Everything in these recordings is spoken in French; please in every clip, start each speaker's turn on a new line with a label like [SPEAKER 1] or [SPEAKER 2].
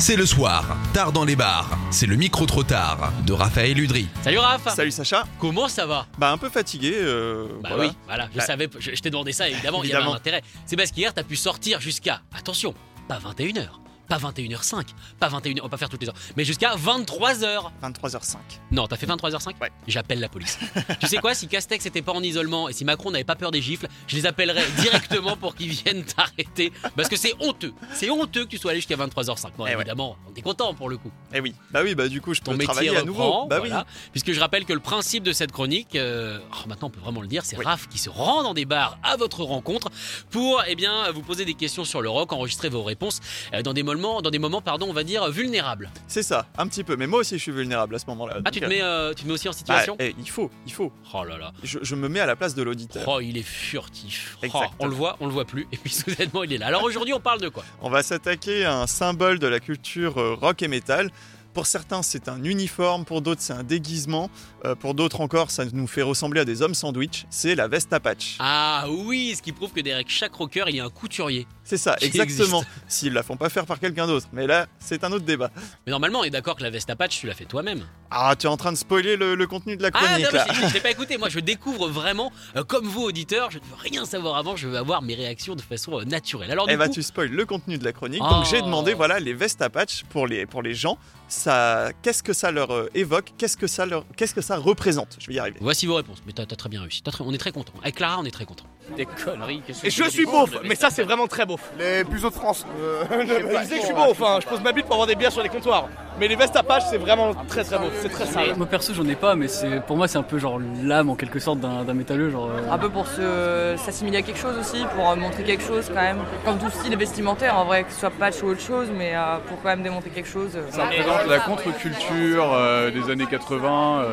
[SPEAKER 1] C'est le soir, tard dans les bars. C'est le micro trop tard de Raphaël Udry.
[SPEAKER 2] Salut Raph
[SPEAKER 3] Salut Sacha.
[SPEAKER 2] Comment ça va
[SPEAKER 3] Bah un peu fatigué. euh,
[SPEAKER 2] Bah
[SPEAKER 3] voilà.
[SPEAKER 2] oui, voilà, je
[SPEAKER 3] Bah.
[SPEAKER 2] savais, je, je t'ai demandé ça évidemment, il y avait un
[SPEAKER 3] Évidemment.
[SPEAKER 2] intérêt. C'est parce qu'hier t'as pu sortir jusqu'à, attention, pas 21h, pas 21h05, pas 21h, on va pas faire toutes les heures, mais jusqu'à 23h.
[SPEAKER 3] 23h05.
[SPEAKER 2] Non, t'as fait 23h05
[SPEAKER 3] Ouais.
[SPEAKER 2] J'appelle la police. tu sais quoi, si Castex était pas en isolement et si Macron n'avait pas peur des gifles, je les appellerais directement pour qu'ils viennent t'arrêter parce que c'est honteux. C'est honteux que tu sois allé jusqu'à 23h05. Bon,
[SPEAKER 3] Eh ouais.
[SPEAKER 2] évidemment, on est content pour le coup.
[SPEAKER 3] Eh oui. Bah oui, bah du coup je
[SPEAKER 2] ton
[SPEAKER 3] peux
[SPEAKER 2] métier
[SPEAKER 3] travailler à nouveau.
[SPEAKER 2] reprend.
[SPEAKER 3] Bah
[SPEAKER 2] voilà. Puisque je rappelle que le principe de cette chronique, euh, oh, maintenant on peut vraiment le dire, c'est
[SPEAKER 3] Oui.
[SPEAKER 2] Raph qui se rend dans des bars à votre rencontre pour eh bien, vous poser des questions sur le rock, enregistrer vos réponses euh, dans des moments, dans des moments pardon, on va dire, vulnérables.
[SPEAKER 3] oui, c'est ça, un petit peu. Mais moi aussi je suis vulnérable à ce moment-là.
[SPEAKER 2] Ah, tu te,
[SPEAKER 3] Donc,
[SPEAKER 2] mets, euh, tu te mets aussi en
[SPEAKER 3] euh, bah,
[SPEAKER 2] situation
[SPEAKER 3] eh, il faut, il faut.
[SPEAKER 2] Oh là là.
[SPEAKER 3] Je, je me mets à la place de l'auditeur.
[SPEAKER 2] Oh, il est furtif. Oh,
[SPEAKER 3] Exactement.
[SPEAKER 2] on le voit, on le voit plus. Et puis soudainement, il est là. Alors aujourd'hui, on parle de quoi
[SPEAKER 3] On va s'attaquer à un symbole de la culture euh, rock et métal. Pour certains, c'est un uniforme, pour d'autres, c'est un déguisement, euh, pour d'autres encore, ça nous fait ressembler à des hommes sandwich. C'est la veste Apache.
[SPEAKER 2] Ah oui, ce qui prouve que derrière chaque rocker, il y a un couturier.
[SPEAKER 3] C'est ça,
[SPEAKER 2] Qui
[SPEAKER 3] exactement. S'ils la font pas faire par quelqu'un d'autre. Mais là, c'est un autre débat.
[SPEAKER 2] Mais normalement, on est d'accord que la veste à patch, tu l'as fait toi-même.
[SPEAKER 3] Ah, tu es en train de spoiler le, le contenu de la
[SPEAKER 2] Ah
[SPEAKER 3] chronique
[SPEAKER 2] non, mais
[SPEAKER 3] là.
[SPEAKER 2] je- je je l'ai pas écouté. Moi, je découvre vraiment, euh, comme vous, auditeurs, je ne veux rien savoir avant. Je veux avoir mes réactions de façon euh, naturelle. Alors, du
[SPEAKER 3] Eh bah
[SPEAKER 2] coup,
[SPEAKER 3] tu spoil le contenu de la chronique.
[SPEAKER 2] Oh.
[SPEAKER 3] Donc j'ai demandé voilà les vestes à patch pour les pour les gens, ça qu'est-ce que ça leur euh, évoque, qu'est-ce que ça leur qu'est-ce que ça représente. Je vais y arriver.
[SPEAKER 2] voici vos réponses. Mais t'as as très bien réussi. T'as très- On est très content. Avec Clara, on est très content.
[SPEAKER 4] Des conneries, qu'est-ce que
[SPEAKER 5] Et je
[SPEAKER 4] c'est
[SPEAKER 5] suis
[SPEAKER 4] que
[SPEAKER 5] beauf,
[SPEAKER 4] des-
[SPEAKER 5] mais ça c'est vraiment très beauf.
[SPEAKER 6] Les plus de France.
[SPEAKER 5] Je disais que je suis beauf, Oh, enfin, je pose ma bite pour avoir des bières sur les comptoirs. Mais les vestes à page c'est vraiment très très beauf, c'est très sale.
[SPEAKER 4] Moi perso j'en ai pas mais c'est pour moi c'est un peu genre l'âme en quelque sorte d'un d'un métalleux genre euh,
[SPEAKER 7] Un peu pour se s'assimiler à quelque chose aussi, pour euh, montrer quelque chose quand même. Comme tout style est vestimentaire, en vrai, que ce soit patch ou autre chose, mais euh, pour quand même démontrer quelque chose. euh.
[SPEAKER 5] Ça
[SPEAKER 7] représente la contre-culture,
[SPEAKER 5] des années 80,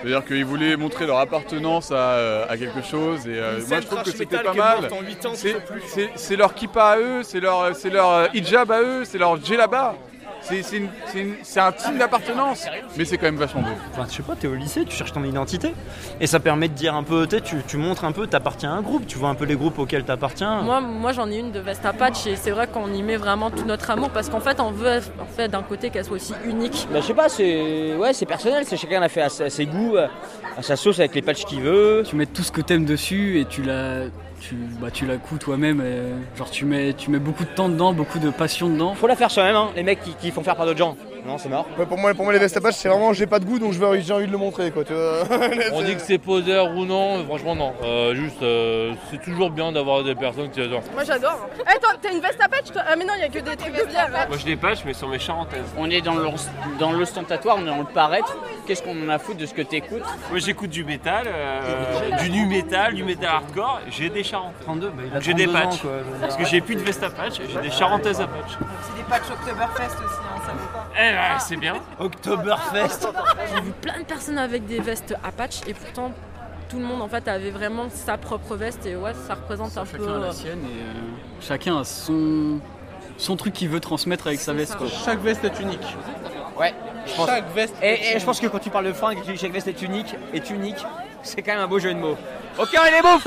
[SPEAKER 5] c'est-à-dire qu'ils voulaient montrer leur appartenance à, quelque chose et
[SPEAKER 8] euh,
[SPEAKER 5] moi je trouve que c'était pas mal. C'est leur kippa à eux, c'est leur, c'est leur hijab à eux, c'est leur djellaba. C'est un team d'appartenance, mais c'est quand même vachement beau.
[SPEAKER 9] Enfin, Bah, je sais pas, t'es au lycée, tu cherches ton identité. Et ça permet de dire un peu, tu sais, tu, tu montres un peu, t'appartiens à un groupe, tu vois un peu les groupes auxquels t'appartiens.
[SPEAKER 7] Moi, moi j'en ai une de veste à patch et c'est vrai qu'on y met vraiment tout notre amour parce qu'en fait on veut en fait, d'un côté qu'elle soit aussi unique.
[SPEAKER 9] je sais pas, c'est ouais, c'est personnel, c'est chacun a fait à, ses goûts, à sa sauce avec les patchs qu'il veut.
[SPEAKER 4] tu mets tout ce que t'aimes dessus et tu la tu bah tu la couds toi-même euh, genre tu mets tu mets beaucoup de temps dedans beaucoup de passion dedans
[SPEAKER 9] Faut la faire soi-même, hein, les mecs qui, font faire par d'autres gens. Non, c'est mort.
[SPEAKER 6] pour, moi, pour moi, les vestes à patch, c'est vraiment j'ai pas de goût donc je veux- j'ai envie de le montrer. Quoi, tu vois.
[SPEAKER 5] On dit que c'est poseur ou non, franchement non. Euh, juste, euh, c'est toujours bien d'avoir des personnes qui adorent.
[SPEAKER 7] Moi j'adore. Attends, t'as une veste à patch toi Ah mais non, il y a que des trucs de bière. hein.
[SPEAKER 5] Moi je les patch, mais sur mes charentaises.
[SPEAKER 9] On est dans l'ostentatoire, on est dans le paraître. Qu'est-ce qu'on en a foutu de ce que t'écoutes
[SPEAKER 5] Moi j'écoute du métal, euh, du nu métal, du métal hardcore, j'ai des charentaises.
[SPEAKER 4] 32 bah, il
[SPEAKER 5] J'ai des patchs. Parce que j'ai plus de veste à patch, j'ai des charentaises à patch.
[SPEAKER 7] C'est des patchs Oktoberfest aussi, hein, ça veut pas.
[SPEAKER 5] Eh ben, c'est bien.
[SPEAKER 9] Oktoberfest
[SPEAKER 7] J'ai vu plein de personnes avec des vestes à patch et pourtant tout le monde en fait avait vraiment sa propre veste et ouais ça représente un peu.
[SPEAKER 4] chacun a la sienne et euh, chacun a son son truc qu'il veut transmettre avec sa veste quoi.
[SPEAKER 5] Chaque veste est unique.
[SPEAKER 9] Ouais, je pense.
[SPEAKER 5] Chaque veste
[SPEAKER 9] Et, et je pense que quand tu parles de fringues, tu dis chaque veste est unique, est unique, c'est quand même un beau jeu de mots. Ok, on est les beaufs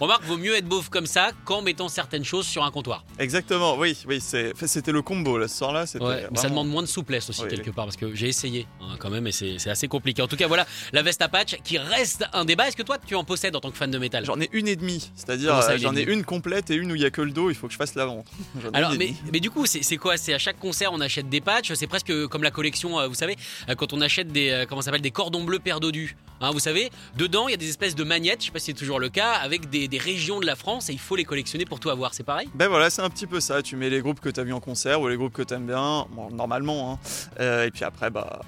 [SPEAKER 2] Remarque, vaut mieux être beauf comme ça qu'en mettant certaines choses sur un comptoir.
[SPEAKER 3] Exactement. Oui, oui, c'est enfin, c'était le combo là, ce soir là, c'était
[SPEAKER 2] Ouais, mais ça
[SPEAKER 3] vraiment-
[SPEAKER 2] demande moins de souplesse aussi
[SPEAKER 3] Oui,
[SPEAKER 2] quelque
[SPEAKER 3] oui.
[SPEAKER 2] part parce que j'ai essayé hein, quand même et c'est c'est assez compliqué. En tout cas, voilà la veste à patch qui reste un débat. Est-ce que toi, tu en possèdes en tant que fan de métal
[SPEAKER 3] J'en ai une et demie, c'est-à-dire
[SPEAKER 2] Comment ça,
[SPEAKER 3] euh,
[SPEAKER 2] une et
[SPEAKER 3] j'en ai
[SPEAKER 2] demie
[SPEAKER 3] une complète et une où il y a que le dos, il faut que je fasse l'avant. J'en ai
[SPEAKER 2] Alors,
[SPEAKER 3] une et
[SPEAKER 2] mais,
[SPEAKER 3] demie.
[SPEAKER 2] mais du coup, c'est c'est quoi C'est à chaque concert, on achète des patchs. C'est presque comme la collection, euh, vous savez, euh, quand on achète des euh, comment ça s'appelle des cordons bleus perdodus. Hein, vous savez, dedans, il y a des espèces de magnettes. Je sais pas si c'est toujours le cas avec des, des régions de la France et il faut les collectionner pour tout avoir. C'est pareil.
[SPEAKER 3] Ben voilà, c'est un petit peu ça. Tu mets les groupes que t'as vu en concert ou les groupes que t'aimes bien, bon, normalement. hein. Euh, et puis après, bah,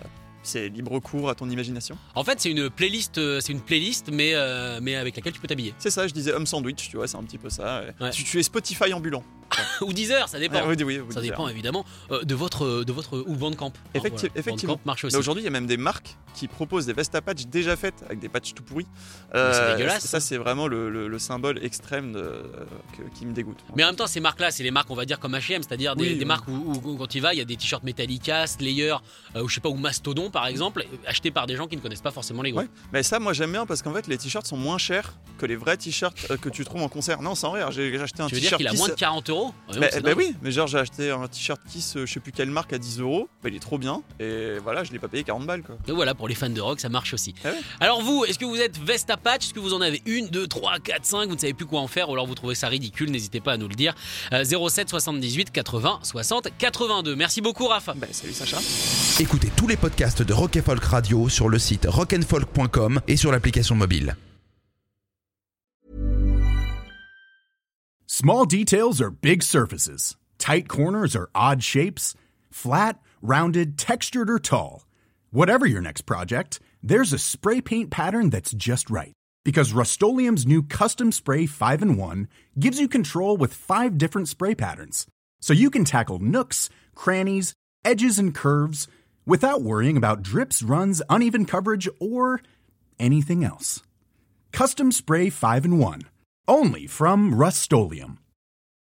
[SPEAKER 3] c'est libre cours à ton imagination.
[SPEAKER 2] En fait, c'est une playlist, euh, c'est une playlist, mais, euh, mais avec laquelle tu peux t'habiller.
[SPEAKER 3] C'est ça, je disais homme sandwich, tu vois, c'est un petit peu ça. ouais.
[SPEAKER 2] Ouais.
[SPEAKER 3] Tu, tu es Spotify ambulant.
[SPEAKER 2] ou 10 heures, ça dépend.
[SPEAKER 3] Ouais, Ah oui, oui, oui,
[SPEAKER 2] ça
[SPEAKER 3] 10
[SPEAKER 2] dépend
[SPEAKER 3] heures.
[SPEAKER 2] évidemment euh, de votre de votre ou Bandcamp. hein,
[SPEAKER 3] Effecti-
[SPEAKER 2] voilà.
[SPEAKER 3] effectivement.
[SPEAKER 2] Bandcamp marche aussi.
[SPEAKER 3] Mais Aujourd'hui, il y a même des marques qui proposent des vestes à patch déjà faites avec des patchs tout pourris. Euh,
[SPEAKER 2] c'est dégueulasse,
[SPEAKER 3] Ça, c'est vraiment le, le- le symbole extrême de- euh, que- qui me dégoûte.
[SPEAKER 2] Mais en même temps, ces marques-là, c'est les marques, on va dire, comme H&M, c'est-à-dire des,
[SPEAKER 3] Oui,
[SPEAKER 2] des
[SPEAKER 3] oui.
[SPEAKER 2] marques où, où- quand il va, il y a des t-shirts Metallica, Slayer, euh, ou je sais pas, ou Mastodon, par exemple, achetés par des gens qui ne connaissent pas forcément les groupes.
[SPEAKER 3] Ouais. Mais ça, moi, j'aime bien parce qu'en fait, les t-shirts sont moins chers que les vrais t-shirts euh, que tu trouves en concert. Non, sans rire, j'ai j'ai acheté un
[SPEAKER 2] Tu veux dire
[SPEAKER 3] t-shirt.
[SPEAKER 2] qu'il a
[SPEAKER 3] Kiss-
[SPEAKER 2] moins de 40 euros Ouais,
[SPEAKER 3] Bah,
[SPEAKER 2] c'est
[SPEAKER 3] bah
[SPEAKER 2] dingue.
[SPEAKER 3] oui, mais genre j'ai acheté un t-shirt Kiss, euh, je sais plus quelle marque, à 10 euros. Bah, il est trop bien. Et voilà, je l'ai pas payé 40 balles quoi.
[SPEAKER 2] Donc voilà, pour les fans de rock, ça marche aussi.
[SPEAKER 3] Ah
[SPEAKER 2] Alors vous, est-ce que vous êtes veste à patch Est-ce que vous en avez une, deux, trois, quatre, cinq Vous ne savez plus quoi en faire ou alors vous trouvez ça ridicule N'hésitez pas à nous le dire. Euh, 07 78 80 60 82. Merci beaucoup, Raph.
[SPEAKER 3] Bah, salut Sacha.
[SPEAKER 1] Écoutez tous les podcasts de Rock et Folk Radio sur le site rockandfolk.com et sur l'application mobile.
[SPEAKER 8] Small details are big surfaces. Tight corners are odd shapes. Flat, rounded, textured, or tall. Whatever your next project, there's a spray paint pattern that's just right. Because Rust new Custom Spray 5 in 1 gives you control with five different spray patterns. So you can tackle nooks, crannies, edges, and curves without worrying about drips, runs, uneven coverage, or anything else. Custom Spray 5 and 1. Only from Rust-Oleum.